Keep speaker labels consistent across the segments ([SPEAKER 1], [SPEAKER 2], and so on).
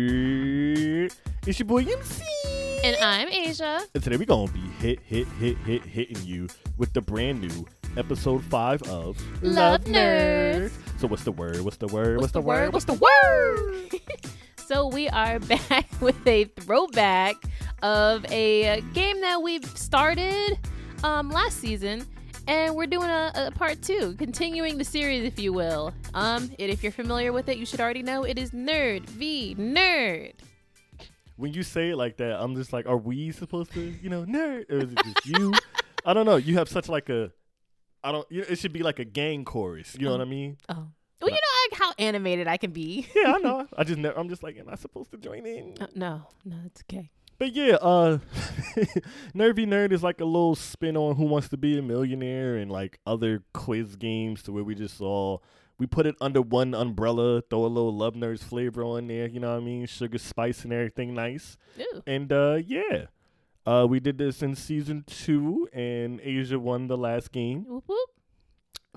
[SPEAKER 1] Yeah. It's your boy MC.
[SPEAKER 2] And I'm Asia.
[SPEAKER 1] And today we're going to be hit, hit, hit, hit, hitting you with the brand new episode five of
[SPEAKER 2] Love Nerds.
[SPEAKER 1] So, what's the word? What's the word?
[SPEAKER 2] What's the word?
[SPEAKER 1] What's the word?
[SPEAKER 2] So we are back with a throwback of a game that we've started um, last season, and we're doing a, a part two, continuing the series, if you will. Um, and if you're familiar with it, you should already know it is Nerd v Nerd.
[SPEAKER 1] When you say it like that, I'm just like, are we supposed to, you know, nerd? Or is it just you? I don't know. You have such like a. I don't. you- It should be like a gang chorus. You know what I mean?
[SPEAKER 2] Oh, well, you know like, how animated I can be.
[SPEAKER 1] Yeah, I know. I just never. I'm just like, am I supposed to join in?
[SPEAKER 2] Uh, no, no, it's okay.
[SPEAKER 1] But yeah, uh Nervy Nerd is like a little spin on Who Wants to Be a Millionaire and like other quiz games to where we just saw we put it under one umbrella, throw a little Love Nerds flavor on there, you know what I mean? Sugar spice and everything nice.
[SPEAKER 2] Ooh.
[SPEAKER 1] And uh yeah. Uh we did this in season two and Asia won the last game
[SPEAKER 2] Whoop, whoop.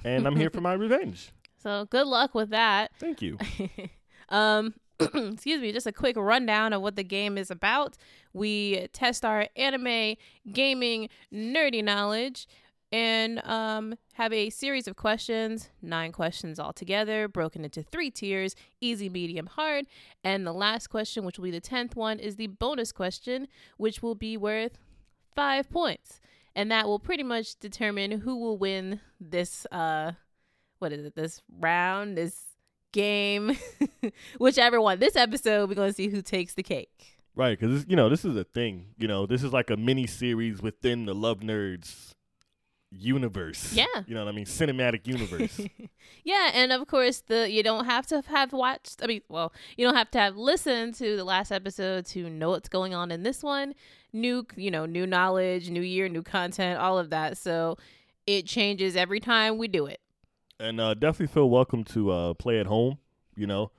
[SPEAKER 1] and I'm here for my revenge.
[SPEAKER 2] So good luck with that.
[SPEAKER 1] Thank you.
[SPEAKER 2] um excuse me just a quick rundown of what the game is about we test our anime gaming nerdy knowledge and um, have a series of questions nine questions altogether broken into three tiers easy medium hard and the last question which will be the 10th one is the bonus question which will be worth five points and that will pretty much determine who will win this uh what is it this round this game, whichever one. This episode, we're gonna see who takes the cake.
[SPEAKER 1] Right, because you know this is a thing. You know, this is like a mini series within the Love Nerds universe.
[SPEAKER 2] Yeah.
[SPEAKER 1] you know what I mean, cinematic universe.
[SPEAKER 2] yeah, and of course, the you don't have to have watched. I mean, well, you don't have to have listened to the last episode to know what's going on in this one. New, you know, new knowledge, new year, new content, all of that. So it changes every time we do it.
[SPEAKER 1] and uh, definitely feel welcome to uh, play at home. You know,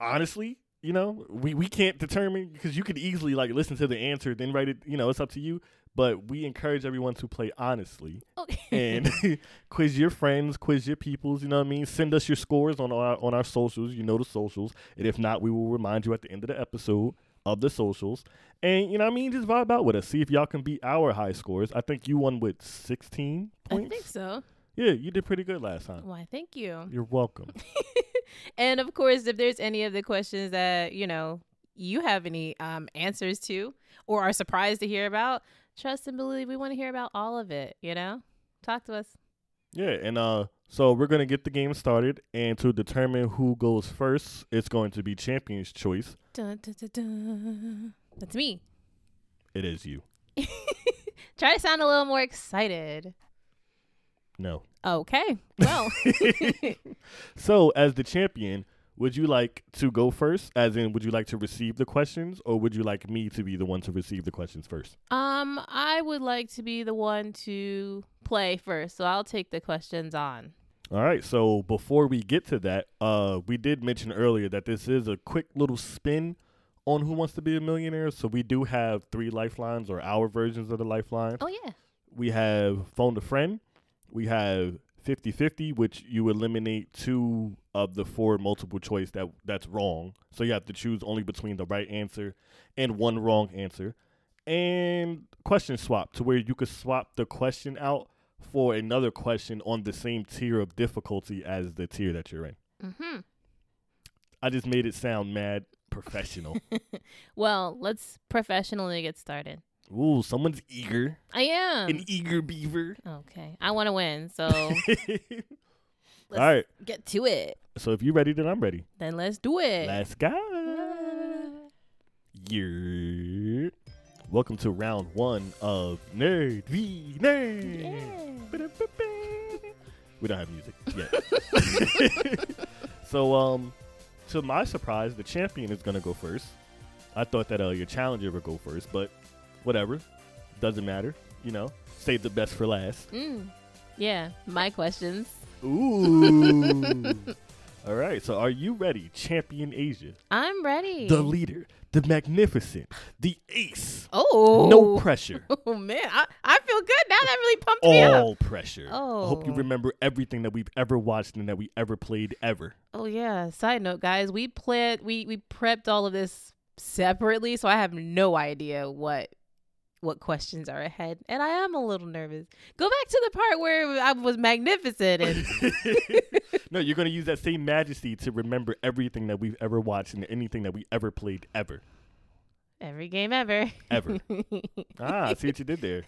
[SPEAKER 1] honestly, you know, we we can't determine because you could easily like listen to the answer, then write it. You know, it's up to you. But we encourage everyone to play honestly
[SPEAKER 2] Okay.
[SPEAKER 1] and quiz your friends, quiz your peoples. You know what I mean. Send us your scores on our on our socials. You know the socials, and if not, we will remind you at the end of the episode of the socials. And you know what I mean. Just vibe out with us. See if y'all can beat our high scores. I think you won with sixteen
[SPEAKER 2] I
[SPEAKER 1] points.
[SPEAKER 2] think so.
[SPEAKER 1] Yeah, you did pretty good last time.
[SPEAKER 2] Why? Thank you.
[SPEAKER 1] You're welcome.
[SPEAKER 2] And of course, if there's any of the questions that, you know, you have any um, answers to or are surprised to hear about, trust and believe we want to hear about all of it, you know? Talk to us.
[SPEAKER 1] yeah, and uh, so we're gonna get the game started, and to determine who goes first, it's going to be champion's choice.
[SPEAKER 2] Dun, dun, dun, dun. That's me.
[SPEAKER 1] It is you.
[SPEAKER 2] Try to sound a little more excited.
[SPEAKER 1] No.
[SPEAKER 2] Okay. Well,
[SPEAKER 1] So, as the champion, would you like to go first? As in, would you like to receive the questions, or would you like me to be the one to receive the questions first?
[SPEAKER 2] um, I would like to be the one to play first, so I'll take the questions on.
[SPEAKER 1] All right. So before we get to that, uh, we did mention earlier that this is a quick little spin on Who Wants to Be a Millionaire. So we do have three lifelines or our versions of the lifeline.
[SPEAKER 2] Oh, yeah.
[SPEAKER 1] we have phone to friend we have 50-50 which you eliminate two of the four multiple choice that that's wrong so you have to choose only between the right answer and one wrong answer and question swap to where you could swap the question out for another question on the same tier of difficulty as the tier that you're in
[SPEAKER 2] Mm-hmm.
[SPEAKER 1] i just made it sound mad professional
[SPEAKER 2] Well, let's professionally get started.
[SPEAKER 1] ooh someone's eager
[SPEAKER 2] I am.
[SPEAKER 1] an eager beaver
[SPEAKER 2] Okay. I want to win, so
[SPEAKER 1] all right
[SPEAKER 2] get to it.
[SPEAKER 1] so if you're ready then i'm ready
[SPEAKER 2] Then let's do it.
[SPEAKER 1] Let's go. Yeah. Welcome to round one of Nerd v Nerd. Ba-da-ba-ba. We don't have music yet. so, um, to my surprise, the champion is gonna go first. I thought that uh, your challenger would go first, but whatever, doesn't matter. You know, save the best for last.
[SPEAKER 2] Mm. Yeah, my questions.
[SPEAKER 1] Ooh. All right. So, are you ready, Champion Asia?
[SPEAKER 2] I'm ready.
[SPEAKER 1] the leader, the magnificent, the ace.
[SPEAKER 2] oh.
[SPEAKER 1] No Oh. pressure.
[SPEAKER 2] Oh, man. I, I feel so good. Now that really pumped me up.
[SPEAKER 1] All pressure. I hope you
[SPEAKER 2] Oh.
[SPEAKER 1] remember everything that we've ever watched and that we ever played ever.
[SPEAKER 2] Oh yeah. Side note, guys, we planned we we prepped all of this separately, so I have no idea what what questions are ahead, and I am a little nervous. Go back to the part where I was magnificent, and
[SPEAKER 1] no, you're gonna use that same majesty to remember everything that we've ever watched and anything that we ever played ever,
[SPEAKER 2] every game ever.
[SPEAKER 1] ever. ah, I see what you did there.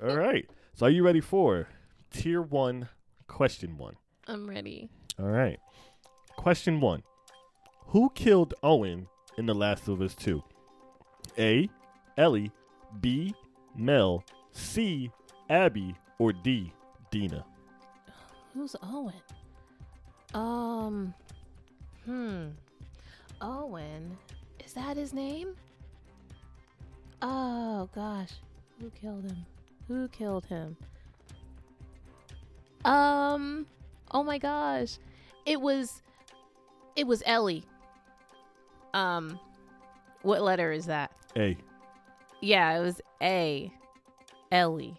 [SPEAKER 1] All right. So are you ready for tier one, question one?
[SPEAKER 2] I'm ready.
[SPEAKER 1] All right. Question one: Who killed Owen in The Last of Us Two? A. Ellie. B. Mel. C. Abby. Or D. Dina.
[SPEAKER 2] Who's Owen? Um, hmm. Owen, is that his name? Oh gosh, who killed him? Who killed him? Um, oh my gosh, it was, it was Ellie. Um, what letter is that?
[SPEAKER 1] A.
[SPEAKER 2] Yeah, it was A. Ellie.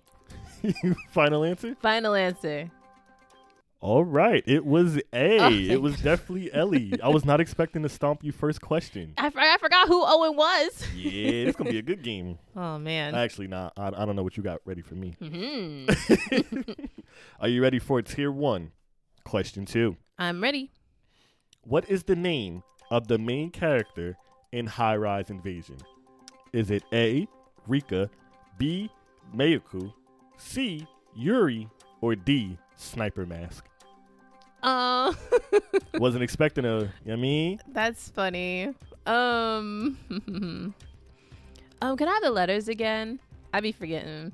[SPEAKER 1] Final answer.
[SPEAKER 2] Final answer.
[SPEAKER 1] All right, it was A.
[SPEAKER 2] Oh,
[SPEAKER 1] it
[SPEAKER 2] thank
[SPEAKER 1] was definitely Ellie. I was not expecting to stomp you first question.
[SPEAKER 2] I, for- I forgot who Owen was.
[SPEAKER 1] Yeah, it's gonna be a good game.
[SPEAKER 2] Oh man.
[SPEAKER 1] Actually, nah, I, I don't know what you got ready for me.
[SPEAKER 2] hmm
[SPEAKER 1] Are you ready for tier one? Question two.
[SPEAKER 2] I'm ready.
[SPEAKER 1] What is the name of the main character in High Rise Invasion? Is it A. Rika, B. Mayuku, C. Yuri, or D. Sniper Mask?
[SPEAKER 2] Um,
[SPEAKER 1] Wasn't expecting a. You know what I mean,
[SPEAKER 2] that's funny. Um, um, can I have the letters again? I be forgetting.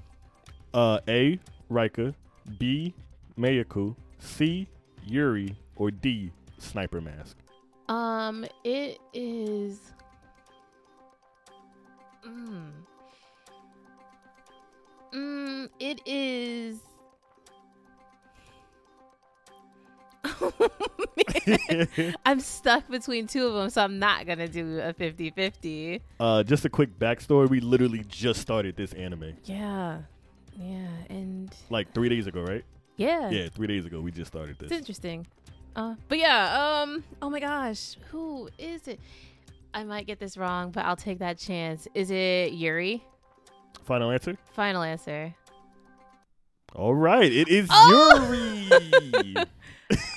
[SPEAKER 1] Uh, A. Rika, B. Mayaku, C. Yuri, or D. Sniper Mask.
[SPEAKER 2] Um, it is. Mm. Mm, it is. I'm stuck between two of them, so I'm not gonna do a 50 50.
[SPEAKER 1] uh, just a quick backstory. We literally just started this anime
[SPEAKER 2] Yeah. Yeah. And
[SPEAKER 1] like three days ago, right?
[SPEAKER 2] yeah.
[SPEAKER 1] Yeah, three days ago. We just started
[SPEAKER 2] It's
[SPEAKER 1] this.
[SPEAKER 2] interesting. Uh, but yeah, um, oh my gosh, who is it? I might get this wrong, but I'll take that chance. Is it Yuri?
[SPEAKER 1] Final answer.
[SPEAKER 2] Final answer.
[SPEAKER 1] All right, it is Yuri.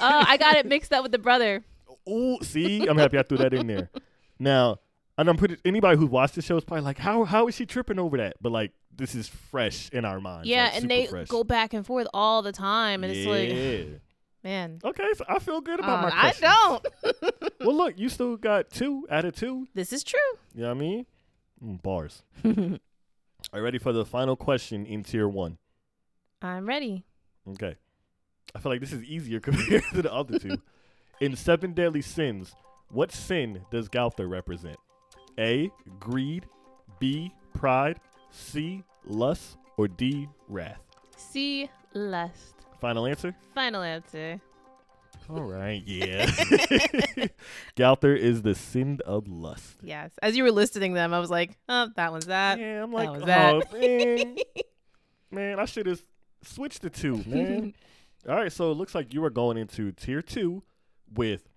[SPEAKER 2] Oh, I got it mixed up with the brother.
[SPEAKER 1] Ooh, see, I'm happy I threw that in there. Now, and I'm pretty. Anybody who watched the show is probably like, how how is she tripping over that? But like, this is fresh in our minds.
[SPEAKER 2] yeah,
[SPEAKER 1] like,
[SPEAKER 2] and
[SPEAKER 1] super
[SPEAKER 2] they
[SPEAKER 1] fresh.
[SPEAKER 2] go back and forth all the time, and it's like,
[SPEAKER 1] Yeah.
[SPEAKER 2] man,
[SPEAKER 1] Okay, so I feel good about
[SPEAKER 2] um,
[SPEAKER 1] my
[SPEAKER 2] I
[SPEAKER 1] questions.
[SPEAKER 2] don't.
[SPEAKER 1] Well, look, you still got two out of two.
[SPEAKER 2] This is true.
[SPEAKER 1] You know what I mean? Mm, bars. Are you ready for the final question in tier one?
[SPEAKER 2] I'm ready.
[SPEAKER 1] Okay. I feel like this is easier compared to the other two. In Seven Deadly Sins, what sin does Galther represent? A. Greed. B. Pride. C. Lust. Or D. Wrath.
[SPEAKER 2] See lust.
[SPEAKER 1] Final answer?
[SPEAKER 2] Final answer.
[SPEAKER 1] All right, yeah. Galther is the sin of lust.
[SPEAKER 2] Yes. As you were listing them, I was like, oh, that one's that.
[SPEAKER 1] Yeah, I'm like,
[SPEAKER 2] was
[SPEAKER 1] oh,
[SPEAKER 2] that."
[SPEAKER 1] man. man, I should have switched the two, man. All right, so it looks like you are going into tier two with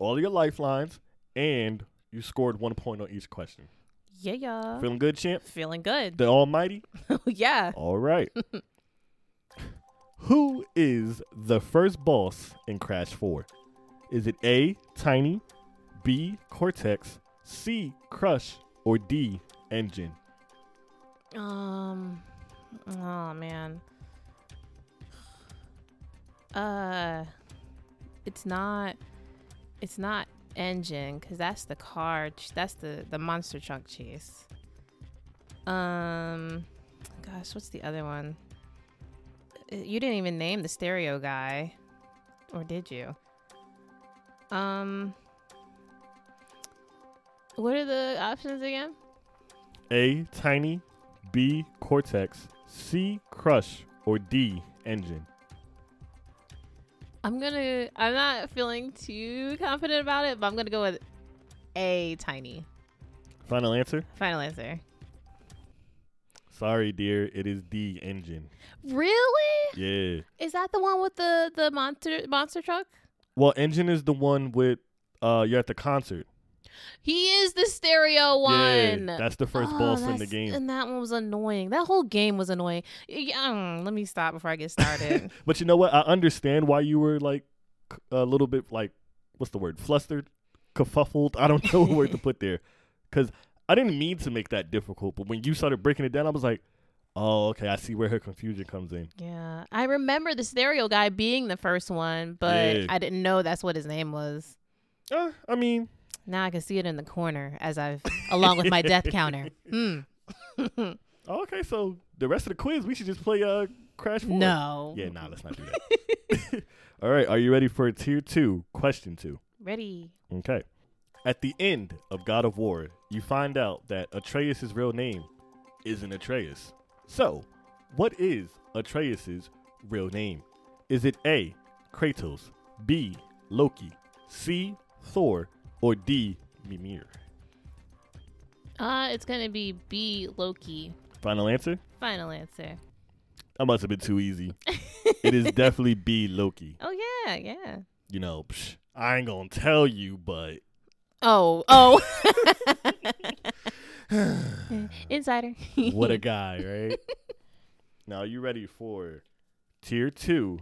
[SPEAKER 1] all your lifelines, and you scored one point on each question.
[SPEAKER 2] Yeah, yeah.
[SPEAKER 1] Feeling good, champ?
[SPEAKER 2] Feeling good.
[SPEAKER 1] The Almighty?
[SPEAKER 2] yeah.
[SPEAKER 1] All right. Who is the first boss in Crash 4? Is it A, Tiny, B, Cortex, C, Crush, or D, Engine?
[SPEAKER 2] Um. Oh man. Uh, it's not. It's not engine because that's the car. ch- That's the the monster truck chase. Um, gosh, what's the other one? Uh, You didn't even name the stereo guy, or did you? Um, what are the options again?
[SPEAKER 1] A, Tiny, B, Cortex, C, Crush, or D, Engine?
[SPEAKER 2] I'm gonna. I'm not feeling too confident about it, but I'm gonna go with a tiny
[SPEAKER 1] Final answer?
[SPEAKER 2] final answer.
[SPEAKER 1] Sorry, dear. It is the engine.
[SPEAKER 2] Really?
[SPEAKER 1] Yeah.
[SPEAKER 2] Is that the one with the the monster monster truck?
[SPEAKER 1] Well, engine is the one with uh you're at the concert.
[SPEAKER 2] He is the stereo one.
[SPEAKER 1] Yeah, that's the first
[SPEAKER 2] Oh,
[SPEAKER 1] boss in the
[SPEAKER 2] that's-
[SPEAKER 1] game.
[SPEAKER 2] And that one was annoying. That whole game was annoying. Yeah, mm, let me stop before I get started.
[SPEAKER 1] But you know what? I understand why you were like c- a little bit like what's the word? Flustered, kerfuffled. I don't know what word to put there because I didn't mean to make that difficult. But when you started breaking it down, I was like, oh, okay, I see where her confusion comes in.
[SPEAKER 2] yeah. I remember the stereo guy being the first one, but
[SPEAKER 1] Yeah.
[SPEAKER 2] I didn't know that's what his name was.
[SPEAKER 1] Uh, I mean,
[SPEAKER 2] Now I can see it in the corner as I've along with my death counter. Mm.
[SPEAKER 1] Oh, okay, so the rest of the quiz, we should just play uh Crash. 4.
[SPEAKER 2] No.
[SPEAKER 1] Yeah, nah, let's not do that. All right, are you ready for tier two? Question two.
[SPEAKER 2] Ready.
[SPEAKER 1] Okay. At the end of God of War, you find out that Atreus' real name isn't Atreus. So, what is Atreus' real name? Is it A, Kratos, B, Loki, C, Thor, or D, Mimir?
[SPEAKER 2] Uh, it's gonna be B Loki.
[SPEAKER 1] Final answer?
[SPEAKER 2] Final answer.
[SPEAKER 1] That must have been too easy. it is definitely B, Loki.
[SPEAKER 2] Oh yeah, yeah.
[SPEAKER 1] You know, psh, I ain't gonna tell you, but
[SPEAKER 2] Oh, oh. Insider.
[SPEAKER 1] what a guy, right? now, are you ready for tier two,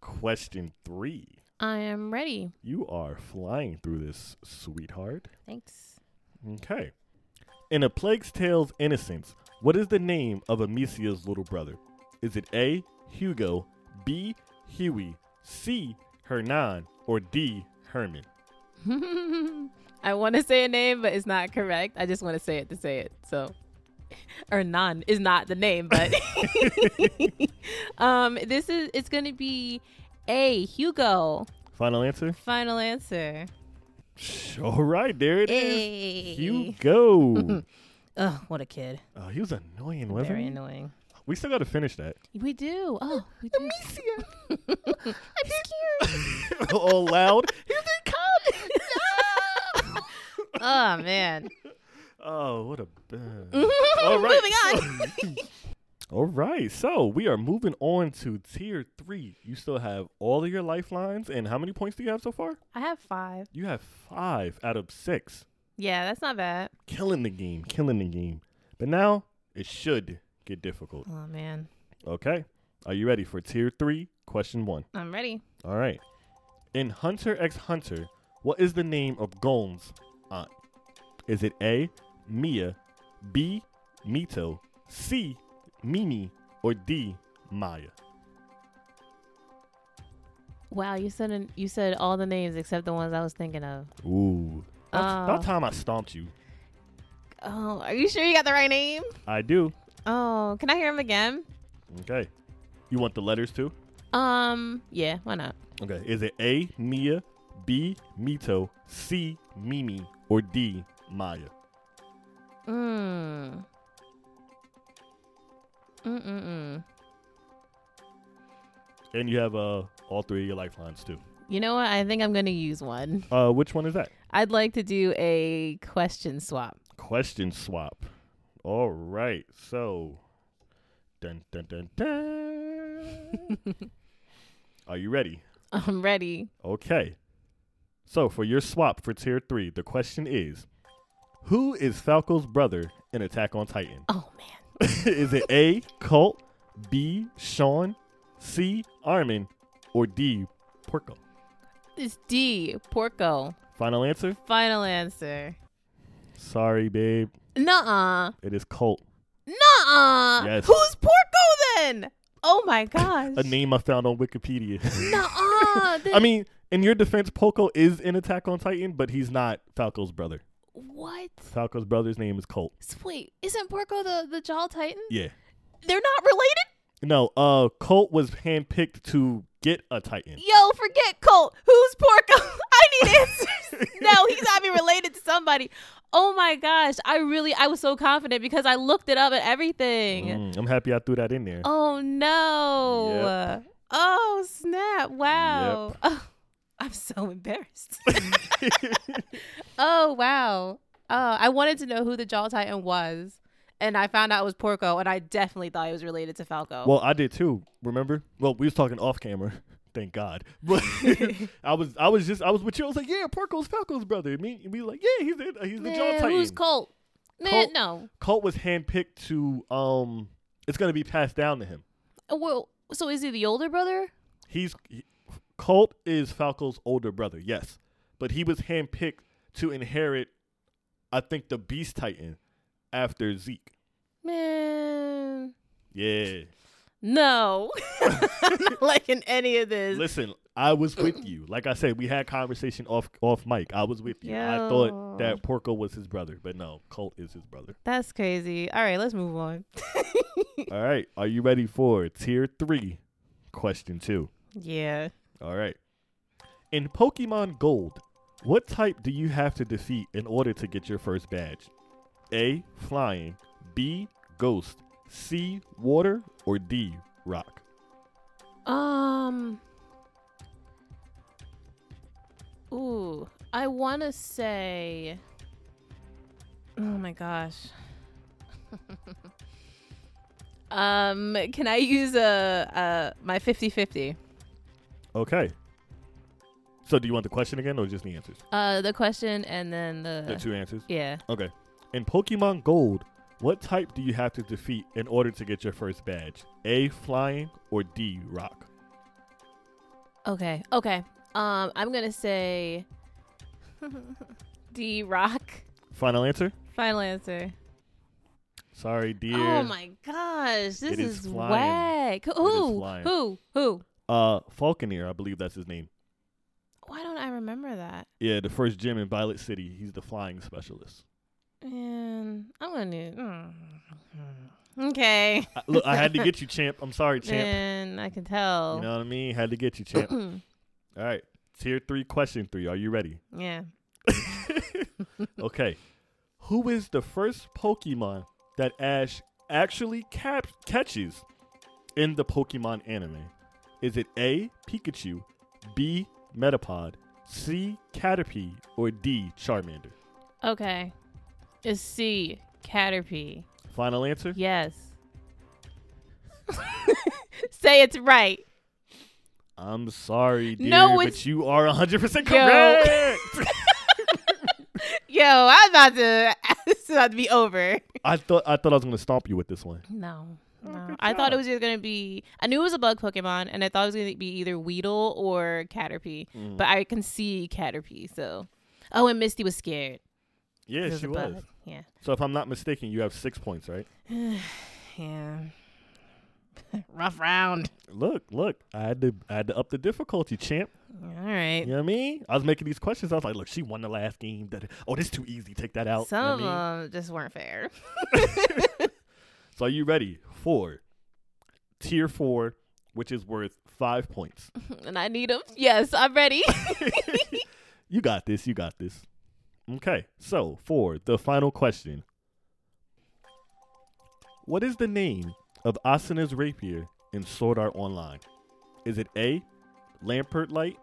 [SPEAKER 1] question three?
[SPEAKER 2] I am ready.
[SPEAKER 1] You are flying through this, sweetheart.
[SPEAKER 2] Thanks.
[SPEAKER 1] Okay. In A Plague's Tale's Innocence, what is the name of Amicia's little brother? Is it A, Hugo, B, Huey, C, Hernan, or D, Herman?
[SPEAKER 2] I want to say a name, but it's not correct. I just want to say it to say it. So, Hernan is not the name, but um, this is it's gonna be a Hugo.
[SPEAKER 1] Final answer?
[SPEAKER 2] Final answer.
[SPEAKER 1] Psh, All right, there it is.
[SPEAKER 2] Hey.
[SPEAKER 1] Hugo.
[SPEAKER 2] Ugh, what a kid.
[SPEAKER 1] Oh, he was annoying, wasn't
[SPEAKER 2] Very
[SPEAKER 1] he?
[SPEAKER 2] annoying.
[SPEAKER 1] We still got to finish that.
[SPEAKER 2] We do. Oh, we do. I'm scared.
[SPEAKER 1] all Oh, loud.
[SPEAKER 2] Here they come. No. oh man.
[SPEAKER 1] Oh, what a. All right.
[SPEAKER 2] Mm-hmm. Moving on.
[SPEAKER 1] All right. So we are moving on to tier three. You still have all of your lifelines, and how many points do you have so far?
[SPEAKER 2] I have five.
[SPEAKER 1] You have five out of six.
[SPEAKER 2] Yeah, that's not bad.
[SPEAKER 1] Killing the game. Killing the game. But now it should get difficult.
[SPEAKER 2] Oh man.
[SPEAKER 1] Okay. Are you ready for tier three? Question one.
[SPEAKER 2] I'm ready.
[SPEAKER 1] All right. In Hunter x Hunter, what is the name of Gon's aunt? Is it A, Mia, B, Mito, C, Mimi, or D, Maya?
[SPEAKER 2] Wow, you said an, you said all the names except the ones I was thinking of.
[SPEAKER 1] Ooh. That's,
[SPEAKER 2] Oh.
[SPEAKER 1] about time I stomped you.
[SPEAKER 2] Oh, are you sure you got the right name?
[SPEAKER 1] I do.
[SPEAKER 2] Oh, can I hear him again?
[SPEAKER 1] Okay. You want the letters too?
[SPEAKER 2] Um, yeah, why not?
[SPEAKER 1] Okay. Is it A, Mia, B, Mito, C, Mimi, or D, Maya?
[SPEAKER 2] Mm. Mm mm mm.
[SPEAKER 1] And you have uh, all three of your lifelines too.
[SPEAKER 2] You know what? I think I'm gonna use one.
[SPEAKER 1] Uh, which one is that?
[SPEAKER 2] I'd like to do a question swap.
[SPEAKER 1] Question swap. All right. So, dun dun dun dun. Are you ready?
[SPEAKER 2] I'm ready.
[SPEAKER 1] Okay. So, for your swap for tier three, the question is Who is Falco's brother in Attack on Titan?
[SPEAKER 2] Oh man.
[SPEAKER 1] is it A, Colt, B, Sean, C, Armin, or D, Porco?
[SPEAKER 2] It's D, Porco.
[SPEAKER 1] Final answer?
[SPEAKER 2] Final answer.
[SPEAKER 1] Sorry, babe.
[SPEAKER 2] Nuh-uh.
[SPEAKER 1] It is Colt.
[SPEAKER 2] Nuh-uh.
[SPEAKER 1] Yes.
[SPEAKER 2] Who's Porco then? Oh my gosh.
[SPEAKER 1] A name I found on Wikipedia.
[SPEAKER 2] Nuh-uh.
[SPEAKER 1] I mean, in your defense, Poco is in Attack on Titan, but he's not Falco's brother.
[SPEAKER 2] what?
[SPEAKER 1] Falco's brother's name is Colt.
[SPEAKER 2] Wait, isn't Porco the, the Jaw Titan?
[SPEAKER 1] Yeah.
[SPEAKER 2] They're not related?
[SPEAKER 1] No, uh, Colt was handpicked to get a Titan.
[SPEAKER 2] Yo, forget Colt. Who's Porco? I need answers. no, he's gotta be related to somebody. Oh my gosh. I really, I was so confident because I looked it up and everything.
[SPEAKER 1] Mm, I'm happy I threw that in there.
[SPEAKER 2] Oh no.
[SPEAKER 1] Yep.
[SPEAKER 2] Oh snap. Wow. Oh, I'm so embarrassed. Uh, oh wow. Oh, I wanted to know who the Jaw Titan was. and I found out it was Porco, and I definitely thought it was related to Falco.
[SPEAKER 1] Well, I did too. Remember? Well, we was talking off camera. Thank God. But I was I was just I was with you. I was like, yeah, Porco's Falco's brother. And me, we like, yeah, he's the he's the John
[SPEAKER 2] Man,
[SPEAKER 1] Titan.
[SPEAKER 2] who's Colt? Man,
[SPEAKER 1] Colt-
[SPEAKER 2] no.
[SPEAKER 1] Colt was handpicked to um. It's gonna be passed down to him.
[SPEAKER 2] Well, so is he the older brother?
[SPEAKER 1] He's he, Colt is Falco's older brother. Yes, but he was handpicked to inherit. I think the Beast Titan after Zeke.
[SPEAKER 2] Man,
[SPEAKER 1] Yeah.
[SPEAKER 2] no. I'm not liking any of this.
[SPEAKER 1] Listen, I was with you. Like I said, we had conversation off off mic. I was with you. I thought that Porco was his brother, but no, Colt is his brother.
[SPEAKER 2] That's crazy. All right, let's move on.
[SPEAKER 1] All right. Are you ready for tier three? Question two.
[SPEAKER 2] yeah.
[SPEAKER 1] All right. In Pokemon Gold, what type do you have to defeat in order to get your first badge? A. Flying. B. Ghost. C. Water. Or D. Rock.
[SPEAKER 2] Um. Ooh, I want to say. Oh my gosh. um, can I use a, a my 50-50?
[SPEAKER 1] Okay. So, do you want the question again or just the answers?
[SPEAKER 2] Uh, the question and then the,
[SPEAKER 1] The two answers.
[SPEAKER 2] yeah.
[SPEAKER 1] Okay. In Pokemon Gold, what type do you have to defeat in order to get your first badge? A. Flying or D. Rock.
[SPEAKER 2] Okay. Okay. Um, I'm gonna say. D Rock.
[SPEAKER 1] Final answer.
[SPEAKER 2] Final answer.
[SPEAKER 1] Sorry, dear.
[SPEAKER 2] Oh my gosh, this
[SPEAKER 1] It is
[SPEAKER 2] is,
[SPEAKER 1] flying.
[SPEAKER 2] whack. Who?
[SPEAKER 1] flying.
[SPEAKER 2] Who? Who?
[SPEAKER 1] Uh, Falconeer, I believe that's his name.
[SPEAKER 2] Why don't I remember that?
[SPEAKER 1] Yeah, the first gym in Violet City. He's the flying specialist.
[SPEAKER 2] And I'm gonna. Mm. Okay.
[SPEAKER 1] I, look, I had to get you, champ. I'm sorry, champ.
[SPEAKER 2] And I can
[SPEAKER 1] You
[SPEAKER 2] tell.
[SPEAKER 1] know what I mean? Had to get you, champ. All right. Tier three, question three. Are you ready?
[SPEAKER 2] yeah.
[SPEAKER 1] Okay. Who is the first Pokemon that Ash actually cap- catches in the Pokemon anime? Is it A, Pikachu, B, Metapod, C, Caterpie, or D, Charmander?
[SPEAKER 2] Okay. It's C. Caterpie.
[SPEAKER 1] Final answer?
[SPEAKER 2] Yes. Say it's right.
[SPEAKER 1] I'm sorry, dear,
[SPEAKER 2] No,
[SPEAKER 1] but
[SPEAKER 2] it's-
[SPEAKER 1] you are 100%
[SPEAKER 2] Yo.
[SPEAKER 1] correct.
[SPEAKER 2] Yo, I'm about to. this is about to be over.
[SPEAKER 1] I thought I thought I was going to stomp you with this one.
[SPEAKER 2] No. No.
[SPEAKER 1] Oh, good
[SPEAKER 2] I thought it
[SPEAKER 1] job.
[SPEAKER 2] was either gonna be I knew it was a bug Pokemon and I thought it was gonna be either Weedle or Caterpie.
[SPEAKER 1] Mm.
[SPEAKER 2] But I can see Caterpie, so Oh, and Misty was scared.
[SPEAKER 1] Yeah,
[SPEAKER 2] It was
[SPEAKER 1] she
[SPEAKER 2] a
[SPEAKER 1] was.
[SPEAKER 2] bug. Yeah.
[SPEAKER 1] So if I'm not mistaken, you have 6 points, right?
[SPEAKER 2] Yeah. Rough round.
[SPEAKER 1] Look, look. I had to I had to up the difficulty, champ.
[SPEAKER 2] All right.
[SPEAKER 1] You know what I mean? I was making these questions. I was like, look, she won the last game. Da- da- Oh, this too easy. Take that out. You know
[SPEAKER 2] Some
[SPEAKER 1] what I mean?
[SPEAKER 2] of them just weren't fair.
[SPEAKER 1] So are you ready for tier four, which is worth five points?
[SPEAKER 2] and I need them. Yes, I'm ready.
[SPEAKER 1] you got this. You got this. Okay. So for the final question What is the name of Asuna's rapier in Sword Art Online? Is it A, Lampert Light,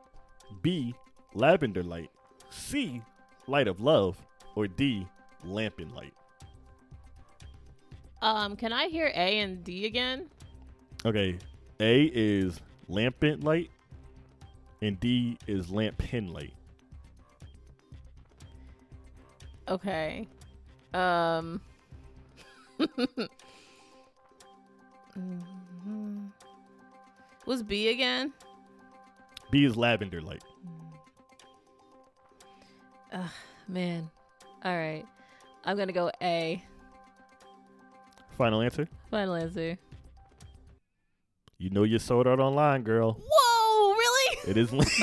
[SPEAKER 1] B, Lavender Light, C, Light of Love, or D, Lampin Light?
[SPEAKER 2] um, can I hear A and D again?
[SPEAKER 1] Okay. A is lampant light, and D is lamp pin light.
[SPEAKER 2] Okay. Um. Mm-hmm. Mhm. Was B again?
[SPEAKER 1] B is lavender light.
[SPEAKER 2] Man. All right. I'm going to go A.
[SPEAKER 1] Final answer.
[SPEAKER 2] Final answer.
[SPEAKER 1] You know your sold out online, girl.
[SPEAKER 2] Whoa, really?
[SPEAKER 1] It is. lam-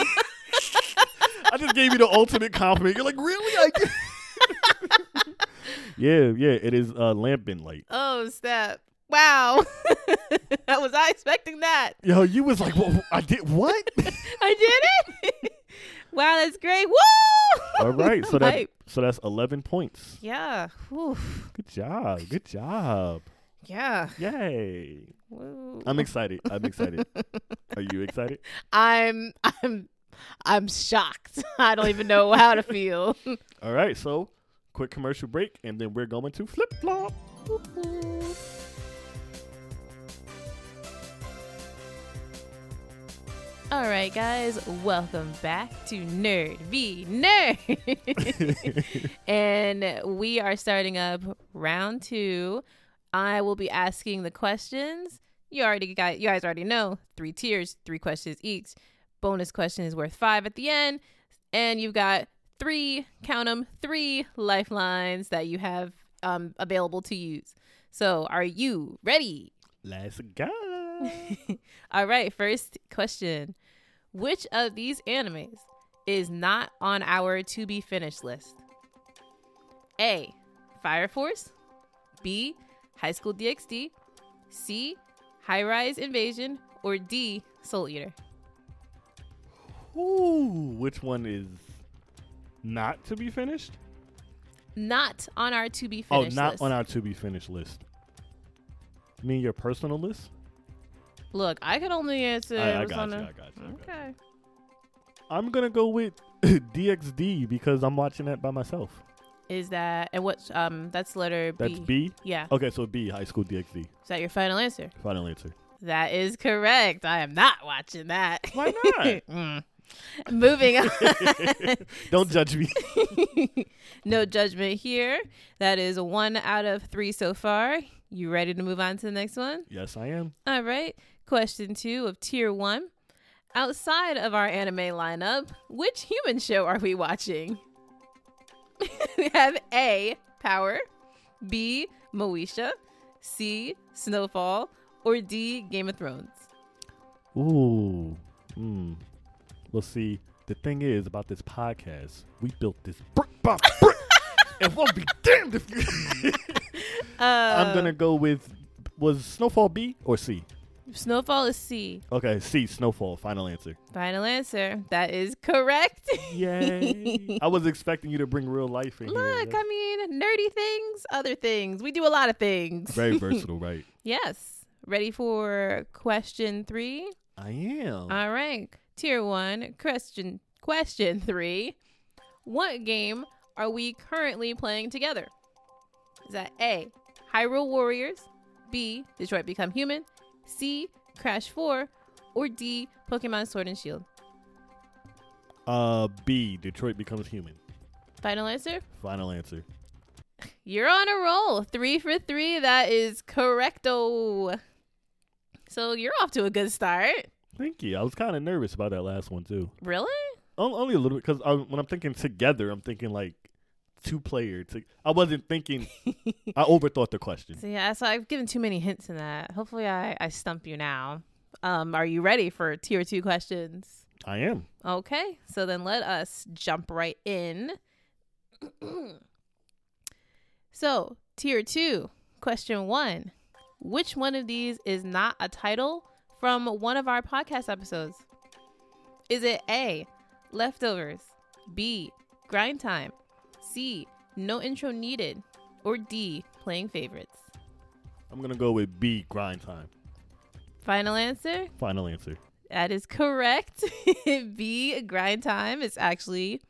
[SPEAKER 1] I just gave you the ultimate compliment. You're like, really? I get-" yeah, yeah. It is uh, lampant light.
[SPEAKER 2] Oh, snap. Wow. was I expecting that?
[SPEAKER 1] Yo, you was like, "Wha- I did what?
[SPEAKER 2] I did it. wow, that's great. Woo!
[SPEAKER 1] All right, so that
[SPEAKER 2] Hype.
[SPEAKER 1] so that's eleven points.
[SPEAKER 2] Yeah. Whew.
[SPEAKER 1] Good job. Good job.
[SPEAKER 2] Yeah.
[SPEAKER 1] Yay!
[SPEAKER 2] Woo.
[SPEAKER 1] I'm excited. I'm excited. Are you excited?
[SPEAKER 2] I'm I'm I'm shocked. I don't even know how to feel.
[SPEAKER 1] All right, so quick commercial break, and then we're going to flip flop.
[SPEAKER 2] Whoop, whoop. All right, guys, welcome back to Nerd v Nerd. and we are starting up round two. I will be asking the questions. You already got, you guys already know three tiers, three questions each. Bonus question is worth five at the end. And you've got three, count them, three lifelines that you have um, available to use. So are you ready?
[SPEAKER 1] Let's go.
[SPEAKER 2] All right, first question. Which of these animes is not on our to be finished list? A. Fire Force. B. High School DxD. C. High Rise Invasion. Or D. Soul Eater.
[SPEAKER 1] Ooh, which one is not to be finished?
[SPEAKER 2] Not on our to be finished
[SPEAKER 1] oh, not
[SPEAKER 2] list.
[SPEAKER 1] on our to be finished list. You mean your personal list?
[SPEAKER 2] Look, I could only answer.
[SPEAKER 1] I- I
[SPEAKER 2] what's
[SPEAKER 1] got
[SPEAKER 2] on
[SPEAKER 1] you,
[SPEAKER 2] the-
[SPEAKER 1] I got you, I got you.
[SPEAKER 2] Okay.
[SPEAKER 1] I'm gonna go with DXD because I'm watching that by myself.
[SPEAKER 2] Is that and what? Um, that's letter B.
[SPEAKER 1] That's B.
[SPEAKER 2] Yeah.
[SPEAKER 1] Okay, so B, High School DXD.
[SPEAKER 2] Is that your final answer?
[SPEAKER 1] Final answer.
[SPEAKER 2] That is correct. I am not watching that.
[SPEAKER 1] Why not?
[SPEAKER 2] Mm. Moving on.
[SPEAKER 1] Don't judge me.
[SPEAKER 2] no judgment here. That is one out of three so far. You ready to move on to the next one?
[SPEAKER 1] yes, I am.
[SPEAKER 2] All right. Question two of tier one. Outside of our anime lineup, which human show are we watching? we have A, Power, B, Moesha, C, Snowfall, or D, Game of Thrones.
[SPEAKER 1] Ooh. Hmm. Well, see, the thing is about this podcast, we built this brick by brick, and we'll be damned if you.
[SPEAKER 2] Uh,
[SPEAKER 1] I'm gonna go with was Snowfall B or C?
[SPEAKER 2] Snowfall is C.
[SPEAKER 1] Okay, C. Snowfall. Final answer.
[SPEAKER 2] Final answer. That is correct.
[SPEAKER 1] Yay! I was expecting you to bring real life in here.
[SPEAKER 2] Look,
[SPEAKER 1] That's
[SPEAKER 2] I mean, nerdy things, other things. We do a lot of things.
[SPEAKER 1] very versatile, right?
[SPEAKER 2] Yes. Ready for question three?
[SPEAKER 1] I am.
[SPEAKER 2] All right. Tier one, question question three. What game are we currently playing together? Is that A, Hyrule Warriors, B, Detroit Become Human, C, Crash 4, or D, Pokemon Sword and Shield?
[SPEAKER 1] Uh, B. Detroit becomes human.
[SPEAKER 2] Final answer?
[SPEAKER 1] Final answer.
[SPEAKER 2] You're on a roll. Three for three. That is correcto. So you're off to a good start.
[SPEAKER 1] Thank you. I was kind of nervous about that last one too.
[SPEAKER 2] Really?
[SPEAKER 1] On- Only a little bit because when I'm thinking together, I'm thinking like two player. To- I wasn't thinking. I overthought the question.
[SPEAKER 2] So yeah, so I've given too many hints in that. Hopefully I, I stump you now. Um, are you ready for tier two questions?
[SPEAKER 1] I am.
[SPEAKER 2] Okay, so then let us jump right in. so, tier two, question one. Which one of these is not a title from one of our podcast episodes? Is it A, leftovers, B, grind time, C, no intro needed, or D, playing favorites?
[SPEAKER 1] I'm gonna go with B. Grind time.
[SPEAKER 2] Final answer?
[SPEAKER 1] Final answer.
[SPEAKER 2] That is correct. B, grind time is actually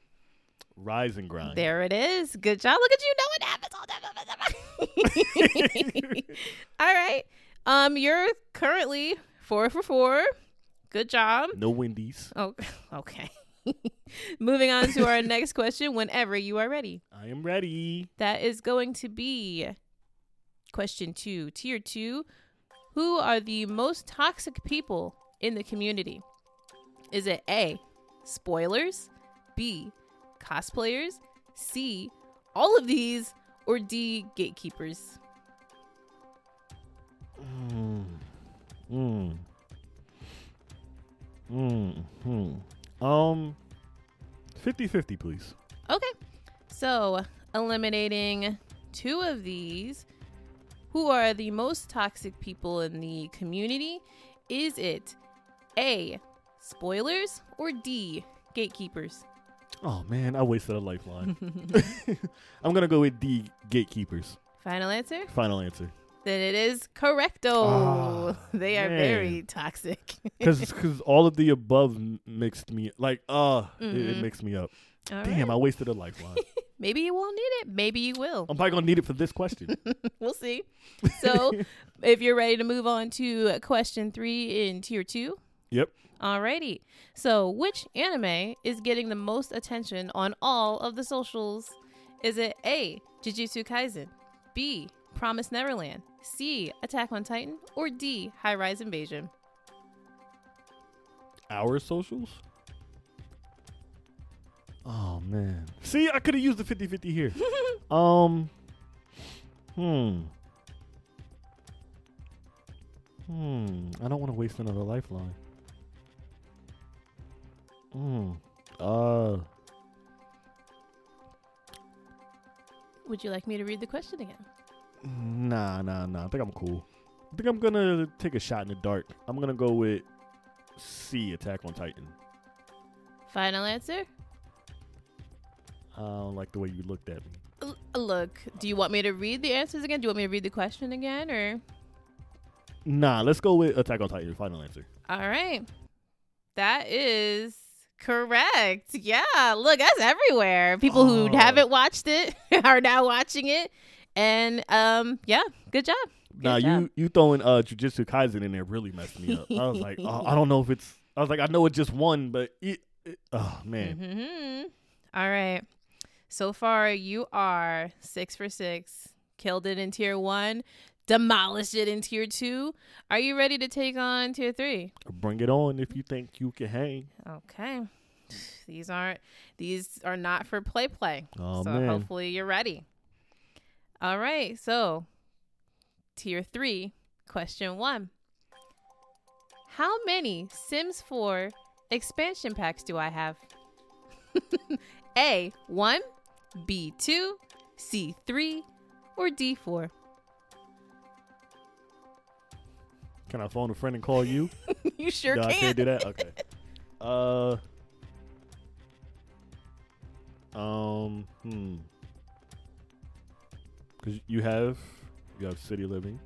[SPEAKER 1] Rise and grind.
[SPEAKER 2] There it is. Good job. Look at you knowing episode. All right. Um, you're currently four for four. Good job.
[SPEAKER 1] No Wendy's.
[SPEAKER 2] Oh, okay. Moving on to our next question. Whenever you are ready,
[SPEAKER 1] I am ready.
[SPEAKER 2] that is going to be question two, tier two. Who are the most toxic people in the community? Is it A, spoilers, B, cosplayers, C, all of these, or D, gatekeepers?
[SPEAKER 1] Mm. Mm. Mm. Hmm. Um. 50-50, please.
[SPEAKER 2] Okay. So, eliminating two of these, who are the most toxic people in the community? Is it A, spoilers, or D, gatekeepers?
[SPEAKER 1] Oh man, I wasted a lifeline. I'm gonna go with D. Gatekeepers.
[SPEAKER 2] Final answer?
[SPEAKER 1] Final answer.
[SPEAKER 2] Then it is
[SPEAKER 1] Ah,
[SPEAKER 2] correcto. they are
[SPEAKER 1] man.
[SPEAKER 2] very toxic.
[SPEAKER 1] Cause, 'cause all of the above m- mixed me like uh it, it
[SPEAKER 2] Mhm.
[SPEAKER 1] mixed me up.
[SPEAKER 2] All
[SPEAKER 1] Damn,
[SPEAKER 2] right.
[SPEAKER 1] I wasted a lifeline.
[SPEAKER 2] Maybe you won't need it. Maybe you will.
[SPEAKER 1] I'm probably gonna need it for this question.
[SPEAKER 2] we'll see. So, if you're ready to move on to question three in tier two,
[SPEAKER 1] yep.
[SPEAKER 2] alrighty. So, which anime is getting the most attention on all of the socials? Is it A. Jujutsu Kaisen, B. Promise Neverland, C. Attack on Titan, or D. High Rise Invasion?
[SPEAKER 1] Our socials. Oh man. See, I could have used the 50-50 here. um. Hmm. Hmm. I don't want to waste another lifeline. Hmm. Uh.
[SPEAKER 2] Would you like me to read the question again?
[SPEAKER 1] Nah, nah, nah. I think I'm cool. I think I'm gonna take a shot in the dark. I'm gonna go with C. Attack on Titan.
[SPEAKER 2] Final answer?
[SPEAKER 1] I don't like the way you looked at me.
[SPEAKER 2] L- look, do you want me to read the answers again? Do you want me to read the question again? Or.
[SPEAKER 1] Nah, let's go with Attack on Titan. Final answer.
[SPEAKER 2] All right. That is correct. Yeah. Look, that's everywhere. People who
[SPEAKER 1] Oh.
[SPEAKER 2] haven't watched it are now watching it. And um, yeah, good job. Good
[SPEAKER 1] nah,
[SPEAKER 2] job.
[SPEAKER 1] you you throwing uh Jujutsu Kaisen in there really messed me up. I was like, oh, I don't know if it's. I was like, I know it just won, but it, it- oh man,
[SPEAKER 2] Mhm. All right. So far, you are six for six. Killed it in tier one, demolished it in tier two. Are you ready to take on tier three?
[SPEAKER 1] bring it on if you think you can hang.
[SPEAKER 2] Okay. These aren't these are not for play play.
[SPEAKER 1] Oh,
[SPEAKER 2] so
[SPEAKER 1] man.
[SPEAKER 2] hopefully you're ready. All right. So, tier 3, question 1. How many Sims 4 expansion packs do I have? A, 1, B, 2, C, 3, or D, 4?
[SPEAKER 1] Can I phone a friend and call you?
[SPEAKER 2] you sure
[SPEAKER 1] no, I
[SPEAKER 2] can.
[SPEAKER 1] can't do that. Okay. Uh. Um. Hmm. Because you have you have city living,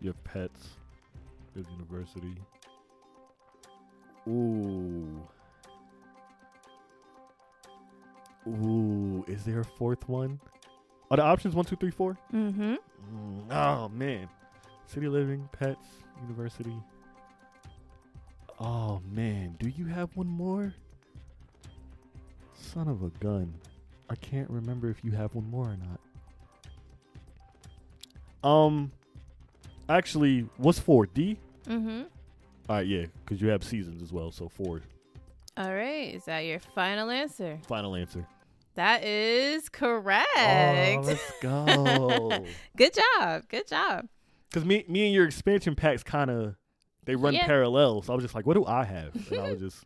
[SPEAKER 1] you have pets, you have university. Ooh. Ooh. Is there a fourth one? Are the options one, two, three, four?
[SPEAKER 2] Mhm.
[SPEAKER 1] Mm, oh man, city living, pets, university. Oh man, do you have one more? Son of a gun, I can't remember if you have one more or not. Um, actually, what's four D?
[SPEAKER 2] Mhm.
[SPEAKER 1] All right, yeah, because you have seasons as well, so four.
[SPEAKER 2] All right. Is that your final answer?
[SPEAKER 1] Final answer.
[SPEAKER 2] That is
[SPEAKER 1] Oh,
[SPEAKER 2] correct.
[SPEAKER 1] let's go.
[SPEAKER 2] Good job. Good job.
[SPEAKER 1] Because me, me and your expansion packs kind of they run
[SPEAKER 2] Yeah.
[SPEAKER 1] parallel. So I was just like, what do I have? And I was just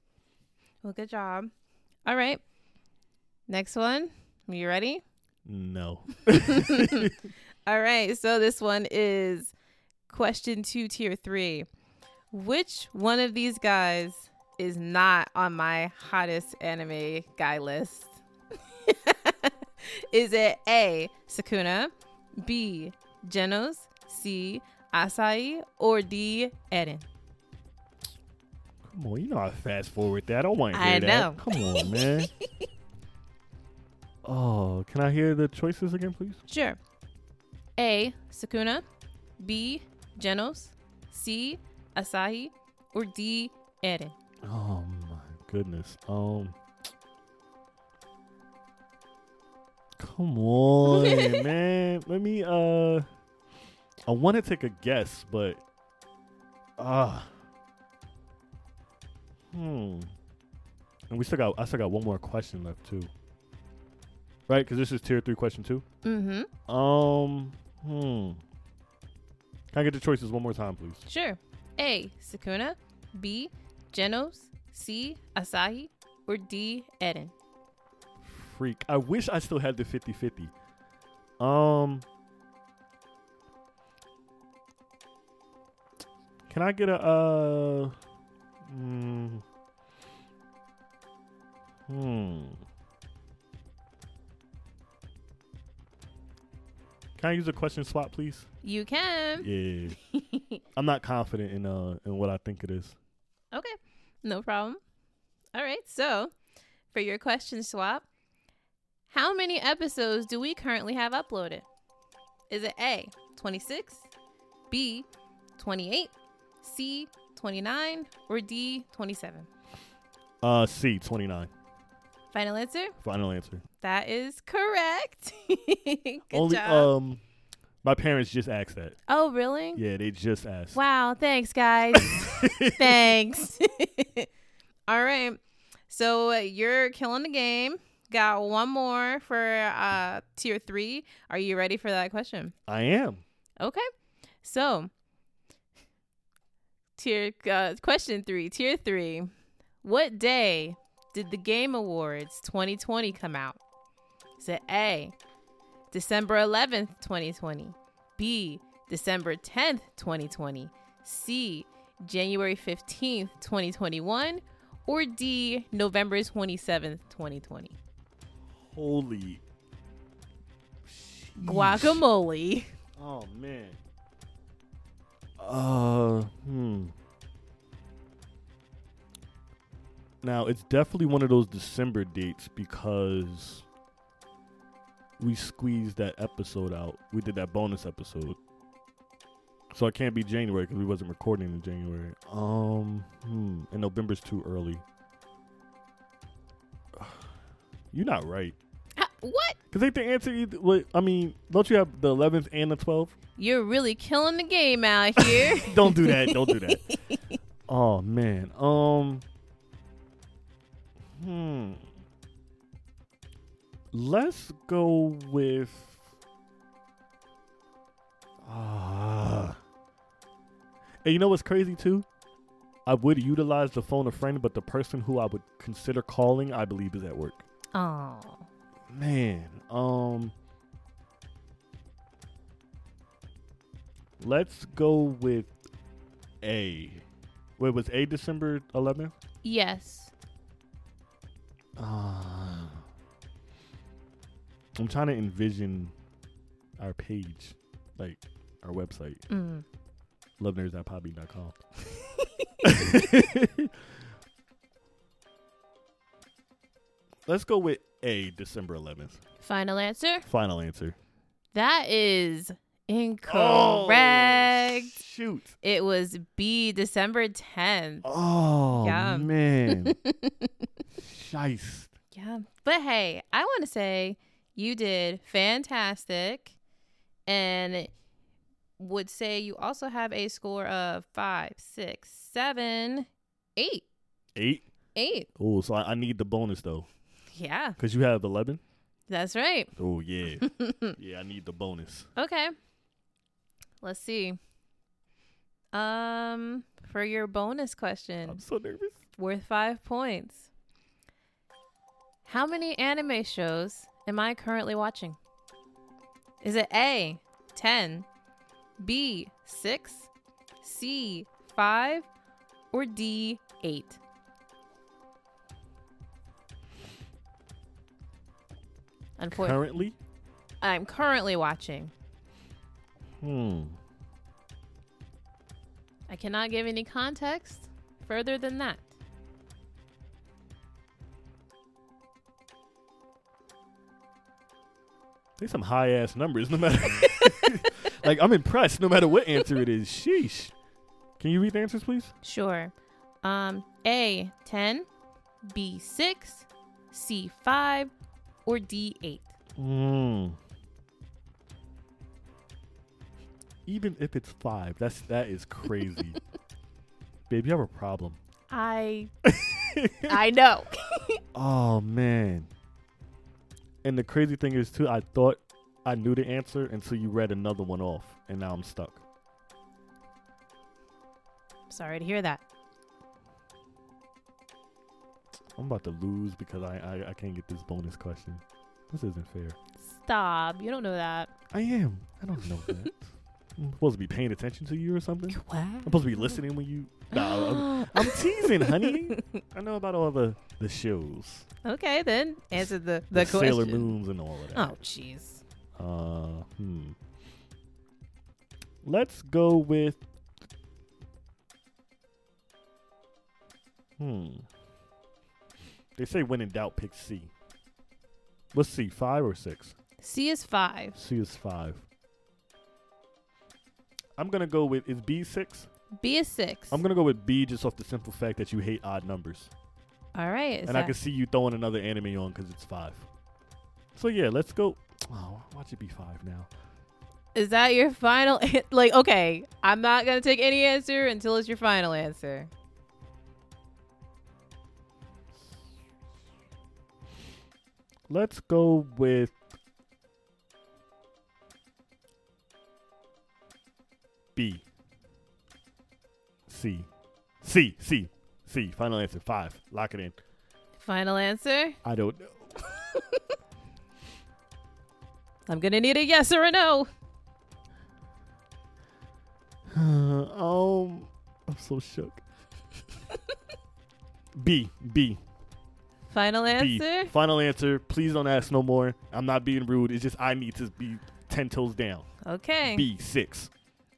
[SPEAKER 2] Well, good job. All right. Next one. You ready?
[SPEAKER 1] no.
[SPEAKER 2] All right. So this one is question two, tier three. Which one of these guys is not on my hottest anime guy list? is it A, Sakuna, B, Genos, C, Asai, or D, Eden?
[SPEAKER 1] Come on, you know I fast forward that. I don't want to hear
[SPEAKER 2] I
[SPEAKER 1] that.
[SPEAKER 2] know.
[SPEAKER 1] Come on, man. oh, can I hear the choices again, please?
[SPEAKER 2] Sure. A. Sakuna. B. Genos. C. Asahi. Or D. Eren.
[SPEAKER 1] Oh my goodness. Um. Come on, man. Let me. Uh, I want to take a guess, but ah. hmm. And we still got. I still got one more question left too. Right, because this is tier three, question two.
[SPEAKER 2] Mm-hmm.
[SPEAKER 1] Um. Hmm. Can I get the choices one more time, please?
[SPEAKER 2] Sure. A. Sakuna. B. Genos. C. Asahi. Or D. Eren.
[SPEAKER 1] freak. I wish I still had the 50 50. Um, can I get a, uh, mm, hmm. Can I use a question slot, please?
[SPEAKER 2] You can.
[SPEAKER 1] Yeah. I'm not confident in, uh, in what I think it is.
[SPEAKER 2] Okay. No problem. All right. So, for your question swap, How many episodes do we currently have uploaded? Is it A, 26, B, 28, C, 29, or D, 27?
[SPEAKER 1] Uh, C twenty nine.
[SPEAKER 2] Final answer?
[SPEAKER 1] Final answer.
[SPEAKER 2] That is correct. Good
[SPEAKER 1] Only
[SPEAKER 2] job.
[SPEAKER 1] um, my parents just asked that.
[SPEAKER 2] oh, really?
[SPEAKER 1] Yeah, they just asked.
[SPEAKER 2] Wow, thanks, guys. thanks. All right. So uh, you're killing the game. Got one more for uh, tier three. Are you ready for that question?
[SPEAKER 1] I am.
[SPEAKER 2] Okay. So, tier uh, question three, tier three. What day did the Game Awards 2020 come out? Is it A, December 11th, 2020? B, December 10th, 2020? C, January 15th, 2021? Or D, November 27th, 2020?
[SPEAKER 1] Holy.
[SPEAKER 2] Guacamole.
[SPEAKER 1] Oh man. Uh hmm. Now it's definitely one of those December dates because we squeezed that episode out. We did that bonus episode. So it can't be January because we wasn't recording in January. Um, hmm. and November's too early. You're not right
[SPEAKER 2] Ah, What?
[SPEAKER 1] because they can answer either. Wait, I mean, don't you have the 11th and the 12th?
[SPEAKER 2] You're really killing the game out here.
[SPEAKER 1] don't do that. Don't do that. oh man. Um. Hmm. Let's go with. Ah. and you know what's crazy too? I would utilize the phone a friend, but the person who I would consider calling, I believe, is at work.
[SPEAKER 2] Oh.
[SPEAKER 1] Man, um Let's go with A. Wait, was A December 11th?
[SPEAKER 2] Yes.
[SPEAKER 1] Uh, I'm trying to envision our page, like our website,
[SPEAKER 2] Mm.
[SPEAKER 1] lovenerds.podbean.com. Let's go with A December 11th.
[SPEAKER 2] Final answer?
[SPEAKER 1] Final answer.
[SPEAKER 2] That is incorrect.
[SPEAKER 1] Oh, shoot.
[SPEAKER 2] It was B, December 10th.
[SPEAKER 1] Oh
[SPEAKER 2] Yeah.
[SPEAKER 1] man. Shice.
[SPEAKER 2] Yeah. But hey, I want to say you did fantastic and would say you also have a score of five, six, seven, eight.
[SPEAKER 1] Eight.
[SPEAKER 2] Eight.
[SPEAKER 1] Oh, so I, I need the bonus though,
[SPEAKER 2] Yeah,
[SPEAKER 1] because you have eleven.
[SPEAKER 2] that's right.
[SPEAKER 1] Oh yeah, yeah. I need the bonus.
[SPEAKER 2] Okay. Let's see. Um, for your bonus question.
[SPEAKER 1] I'm so nervous.
[SPEAKER 2] worth five points. How many anime shows am I currently watching? Is it A, 10, B, 6, C, 5, or D, 8? Unfortunately,
[SPEAKER 1] Currently,
[SPEAKER 2] I'm currently watching.
[SPEAKER 1] hmm.
[SPEAKER 2] I cannot give any context further than that.
[SPEAKER 1] They some high ass numbers, no matter. like I'm impressed, no matter what answer it is. Sheesh. Can you read the answers, please?
[SPEAKER 2] Sure. Um, A, 10, B, 6, C, 5, or D, 8.
[SPEAKER 1] Mm. Even if it's five, that's that is crazy. Babe, you have a problem.
[SPEAKER 2] I I know.
[SPEAKER 1] Oh man. And the crazy thing is too, I thought I knew the answer until you read another one off, and now I'm stuck.
[SPEAKER 2] Sorry to hear that.
[SPEAKER 1] I'm about to lose because I I, I can't get this bonus question. This isn't fair.
[SPEAKER 2] Stop. You don't know that.
[SPEAKER 1] I am. I don't know that. I'm supposed to be paying attention to you or something. I'm
[SPEAKER 2] What?
[SPEAKER 1] supposed to be listening when you. Nah, I'm, I'm teasing, honey. I know about all the the shows,
[SPEAKER 2] Okay, then answer the the, question.
[SPEAKER 1] Sailor Moons, and all of that.
[SPEAKER 2] Oh, jeez.
[SPEAKER 1] Uh, hmm. Let's go with. Hmm. They say when in doubt, pick C. Let's see, five or six.
[SPEAKER 2] C is five.
[SPEAKER 1] C is five. I'm gonna go with is B six.
[SPEAKER 2] B is 6
[SPEAKER 1] I'm gonna go with B just off the simple fact that you hate odd numbers,
[SPEAKER 2] All right. is
[SPEAKER 1] and I
[SPEAKER 2] that-
[SPEAKER 1] can see you throwing another anime on because it's five. So yeah, let's go. Oh, watch it be five now.
[SPEAKER 2] Is that your final? an- like, okay, I'm not gonna take any answer until it's your final answer.
[SPEAKER 1] Let's go with B. C. C. C. C. Final answer. Five. Lock it in.
[SPEAKER 2] Final answer.
[SPEAKER 1] I don't know.
[SPEAKER 2] I'm gonna need a yes or a no.
[SPEAKER 1] um, I'm so shook. B. B.
[SPEAKER 2] Final
[SPEAKER 1] B.
[SPEAKER 2] answer.
[SPEAKER 1] Final answer. Please don't ask no more. I'm not being rude. It's just I need to be 10 toes down.
[SPEAKER 2] Okay.
[SPEAKER 1] B. Six.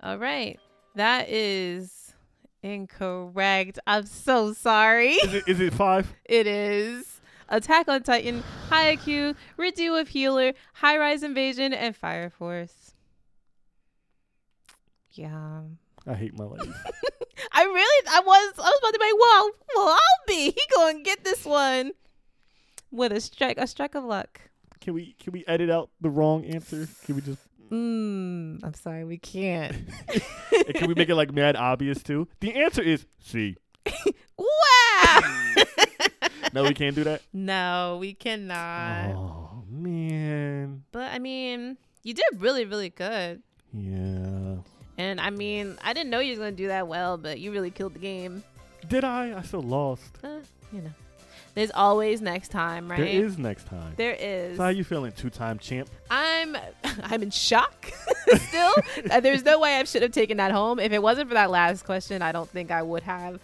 [SPEAKER 2] All right. That is incorrect. I'm so sorry.
[SPEAKER 1] Is it, is it five?
[SPEAKER 2] it is Attack on Titan, Haikyuu, Redo of Healer, High Rise Invasion, and Fire Force. Yeah.
[SPEAKER 1] I hate my life.
[SPEAKER 2] I really, I was, I was about to be like, whoa, well, I'll be. He gonna get this one with a strike, a strike of luck.
[SPEAKER 1] Can we can we edit out the wrong answer? Can we just
[SPEAKER 2] Mm, I'm sorry, we can't.
[SPEAKER 1] and can we make it like mad obvious too? The answer is C.
[SPEAKER 2] wow.
[SPEAKER 1] No, we can't do that.
[SPEAKER 2] no, we cannot.
[SPEAKER 1] oh man,
[SPEAKER 2] But I mean, you did really, really good.
[SPEAKER 1] yeah.
[SPEAKER 2] And I mean, I didn't know you were gonna do that well, but you really killed the game.
[SPEAKER 1] Did I? I still lost.
[SPEAKER 2] Uh, you know, there's always next time, right?
[SPEAKER 1] There is next time.
[SPEAKER 2] There is.
[SPEAKER 1] so how you feeling, two time champ?
[SPEAKER 2] I'm I'm in shock still. Uh, There's no way I should have taken that home. If it wasn't for that last question, I don't think I would have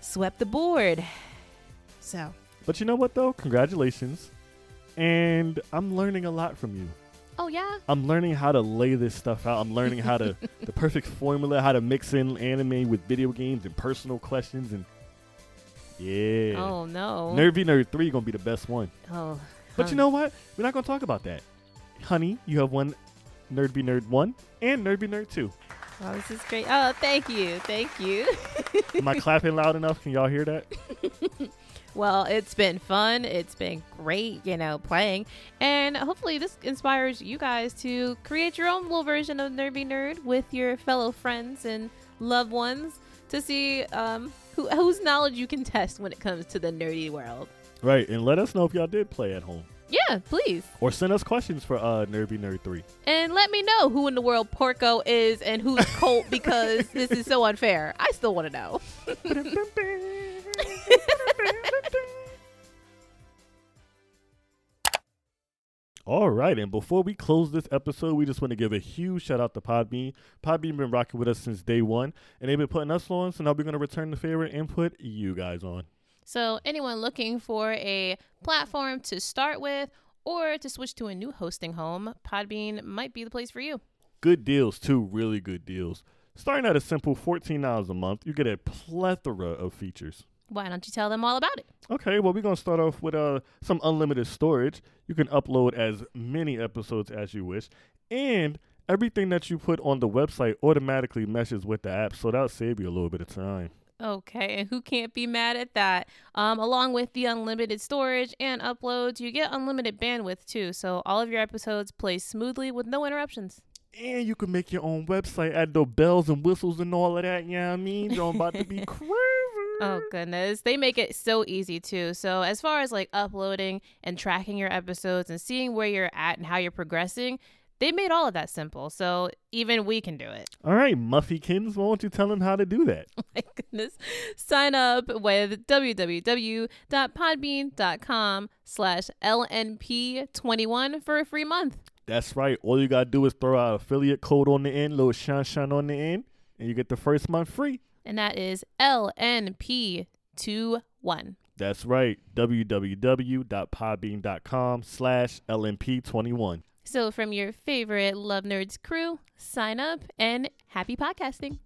[SPEAKER 2] swept the board. So,
[SPEAKER 1] But you know what though? Congratulations. And I'm learning a lot from you.
[SPEAKER 2] oh yeah.
[SPEAKER 1] I'm learning how to lay this stuff out. I'm learning how to the perfect formula, how to mix in anime with video games and personal questions and yeah.
[SPEAKER 2] Oh no.
[SPEAKER 1] Nerdy Nerd 3 gonna be the best one.
[SPEAKER 2] oh.
[SPEAKER 1] But
[SPEAKER 2] huh.
[SPEAKER 1] you know what? We're not going to talk about that. Honey, you have one Nerd Be Nerd 1 and Nerd Be Nerd 2.
[SPEAKER 2] Wow, this is great. Oh, thank you. Thank you.
[SPEAKER 1] Am I clapping loud enough? Can y'all hear that?
[SPEAKER 2] Well, it's been fun. It's been great, you know, playing. And hopefully, this inspires you guys to create your own little version of Nerdy Nerd with your fellow friends and loved ones to see um, who, whose knowledge you can test when it comes to the nerdy world.
[SPEAKER 1] Right. And let us know if y'all did play at home
[SPEAKER 2] Yeah, please.
[SPEAKER 1] or send us questions for uh, Nerd Be Nerd 3.
[SPEAKER 2] And let me know who in the world Porco is and who's Colt because this is so unfair. I still want to know.
[SPEAKER 1] All right, and before we close this episode, we just want to give a huge shout out to Podbean. Podbean been rocking with us since day one, and they've been putting us on. So now we're gonna return the favor and put you guys on.
[SPEAKER 2] So, anyone looking for a platform to start with or to switch to a new hosting home, Podbean might be the place for you.
[SPEAKER 1] good deals too really good deals starting at a simple $14 a month you get a plethora of features
[SPEAKER 2] Why don't you tell them all about it?
[SPEAKER 1] okay well we're going to start off with uh, some unlimited storage you can upload as many episodes as you wish and everything that you put on the website automatically meshes with the app so that'll save you a little bit of time
[SPEAKER 2] Okay, and who can't be mad at that? Um, along with the unlimited storage and uploads, you get unlimited bandwidth too, so all of your episodes play smoothly with no interruptions.
[SPEAKER 1] and you can make your own website add the bells and whistles and all of that you know what i mean you're about to be crazy
[SPEAKER 2] Oh goodness, they make it so easy too. So as far as like uploading and tracking your episodes and seeing where you're at and how you're progressing, they made all of that simple. So even we can do it.
[SPEAKER 1] all right muffykins why don't you tell them how to do that
[SPEAKER 2] my goodness. Sign up with www.podbean.com slash LNP21 for a free month.
[SPEAKER 1] That's right. All you gotta do is throw out affiliate code on the end, little shine shine on the end, and you get the first month free.
[SPEAKER 2] And that is LNP21.
[SPEAKER 1] That's right. www.podbean.com slash LMP21.
[SPEAKER 2] So from your favorite Love Nerds crew, sign up and happy podcasting.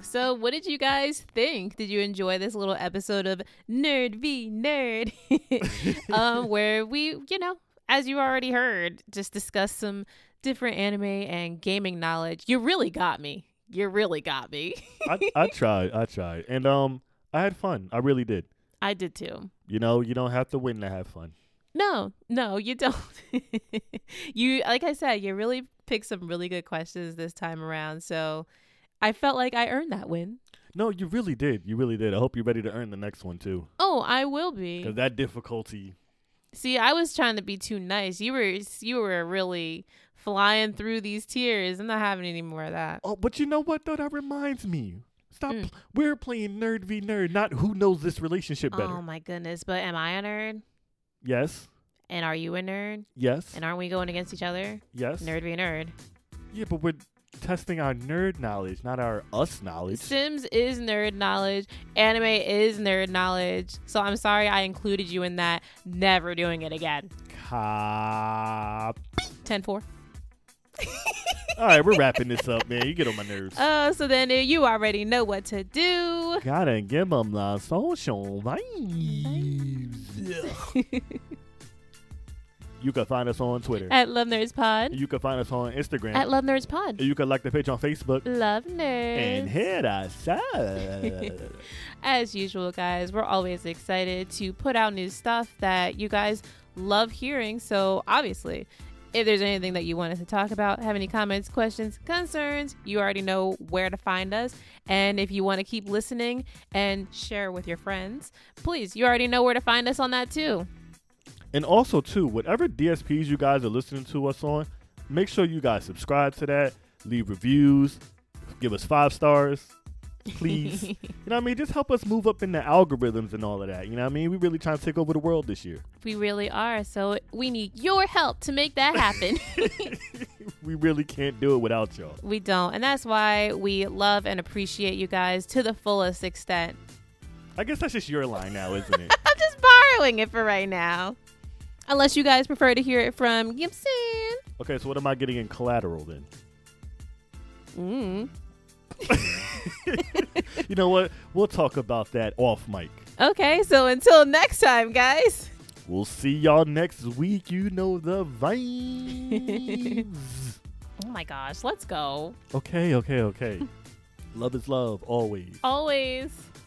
[SPEAKER 2] so, what did you guys think? Did you enjoy this little episode of Nerd v Nerd, um, where we, you know, as you already heard, just discuss some different anime and gaming knowledge? You really got me. You really got me.
[SPEAKER 1] I, I tried, I tried, and um, I had fun. I really did.
[SPEAKER 2] I did too.
[SPEAKER 1] You know, you don't have to win to have fun.
[SPEAKER 2] No, no, you don't. you like I said, you really picked some really good questions this time around. So I felt like I earned that win.
[SPEAKER 1] No, you really did. You really did. I hope you're ready to earn the next one too,
[SPEAKER 2] Oh, I will be.
[SPEAKER 1] because that difficulty.
[SPEAKER 2] See, I was trying to be too nice. You were you were really flying through these tears. I'm not having any more of that.
[SPEAKER 1] Oh, but you know what though? That reminds me. Stop.
[SPEAKER 2] Mm.
[SPEAKER 1] We're playing nerd v nerd, not who knows this relationship better.
[SPEAKER 2] Oh my goodness, but am I a nerd?
[SPEAKER 1] yes.
[SPEAKER 2] And are you a nerd?
[SPEAKER 1] Yes.
[SPEAKER 2] And aren't we going against each other?
[SPEAKER 1] yes.
[SPEAKER 2] Nerd be nerd.
[SPEAKER 1] Yeah, but we're testing our nerd knowledge, not our us knowledge.
[SPEAKER 2] Sims is nerd knowledge. Anime is nerd knowledge. So I'm sorry I included you in that. Never doing it again.
[SPEAKER 1] Cop.
[SPEAKER 2] 10 4.
[SPEAKER 1] All right, we're wrapping this up, man. You get on my nerves.
[SPEAKER 2] Oh, so then you already know what to do.
[SPEAKER 1] Gotta give them the social vibes. you can find us on Twitter.
[SPEAKER 2] At Love Nerds Pod.
[SPEAKER 1] you can find us on Instagram.
[SPEAKER 2] At Love Nerds Pod.
[SPEAKER 1] you can like the page on Facebook.
[SPEAKER 2] Love Nerds.
[SPEAKER 1] And hit us up.
[SPEAKER 2] As usual, guys, we're always excited to put out new stuff that you guys love hearing. So, obviously, if there's anything that you want us to talk about, have any comments, questions, concerns, you already know where to find us. And if you want to keep listening and share with your friends, please, you already know where to find us on that too.
[SPEAKER 1] And also, too, whatever DSPs you guys are listening to us on, make sure you guys subscribe to that, leave reviews, give us five stars, please. you know what I mean? Just help us move up in the algorithms and all of that. You know what I mean? We really trying to take over the world this year.
[SPEAKER 2] We really are. So, we need your help to make that happen.
[SPEAKER 1] We really can't do it without y'all.
[SPEAKER 2] we don't. And that's why we love and appreciate you guys to the fullest extent.
[SPEAKER 1] I guess that's just your line now, isn't it?
[SPEAKER 2] I'm just borrowing it for right now. Unless you guys prefer to hear it from Gibson.
[SPEAKER 1] okay, so what am I getting in collateral then?
[SPEAKER 2] Mm.
[SPEAKER 1] You know what? We'll talk about that off mic.
[SPEAKER 2] Okay, so until next time, guys.
[SPEAKER 1] We'll see y'all next week. You know the vibes.
[SPEAKER 2] Oh my gosh, let's go.
[SPEAKER 1] Okay, okay, okay. love is love, always.
[SPEAKER 2] Always.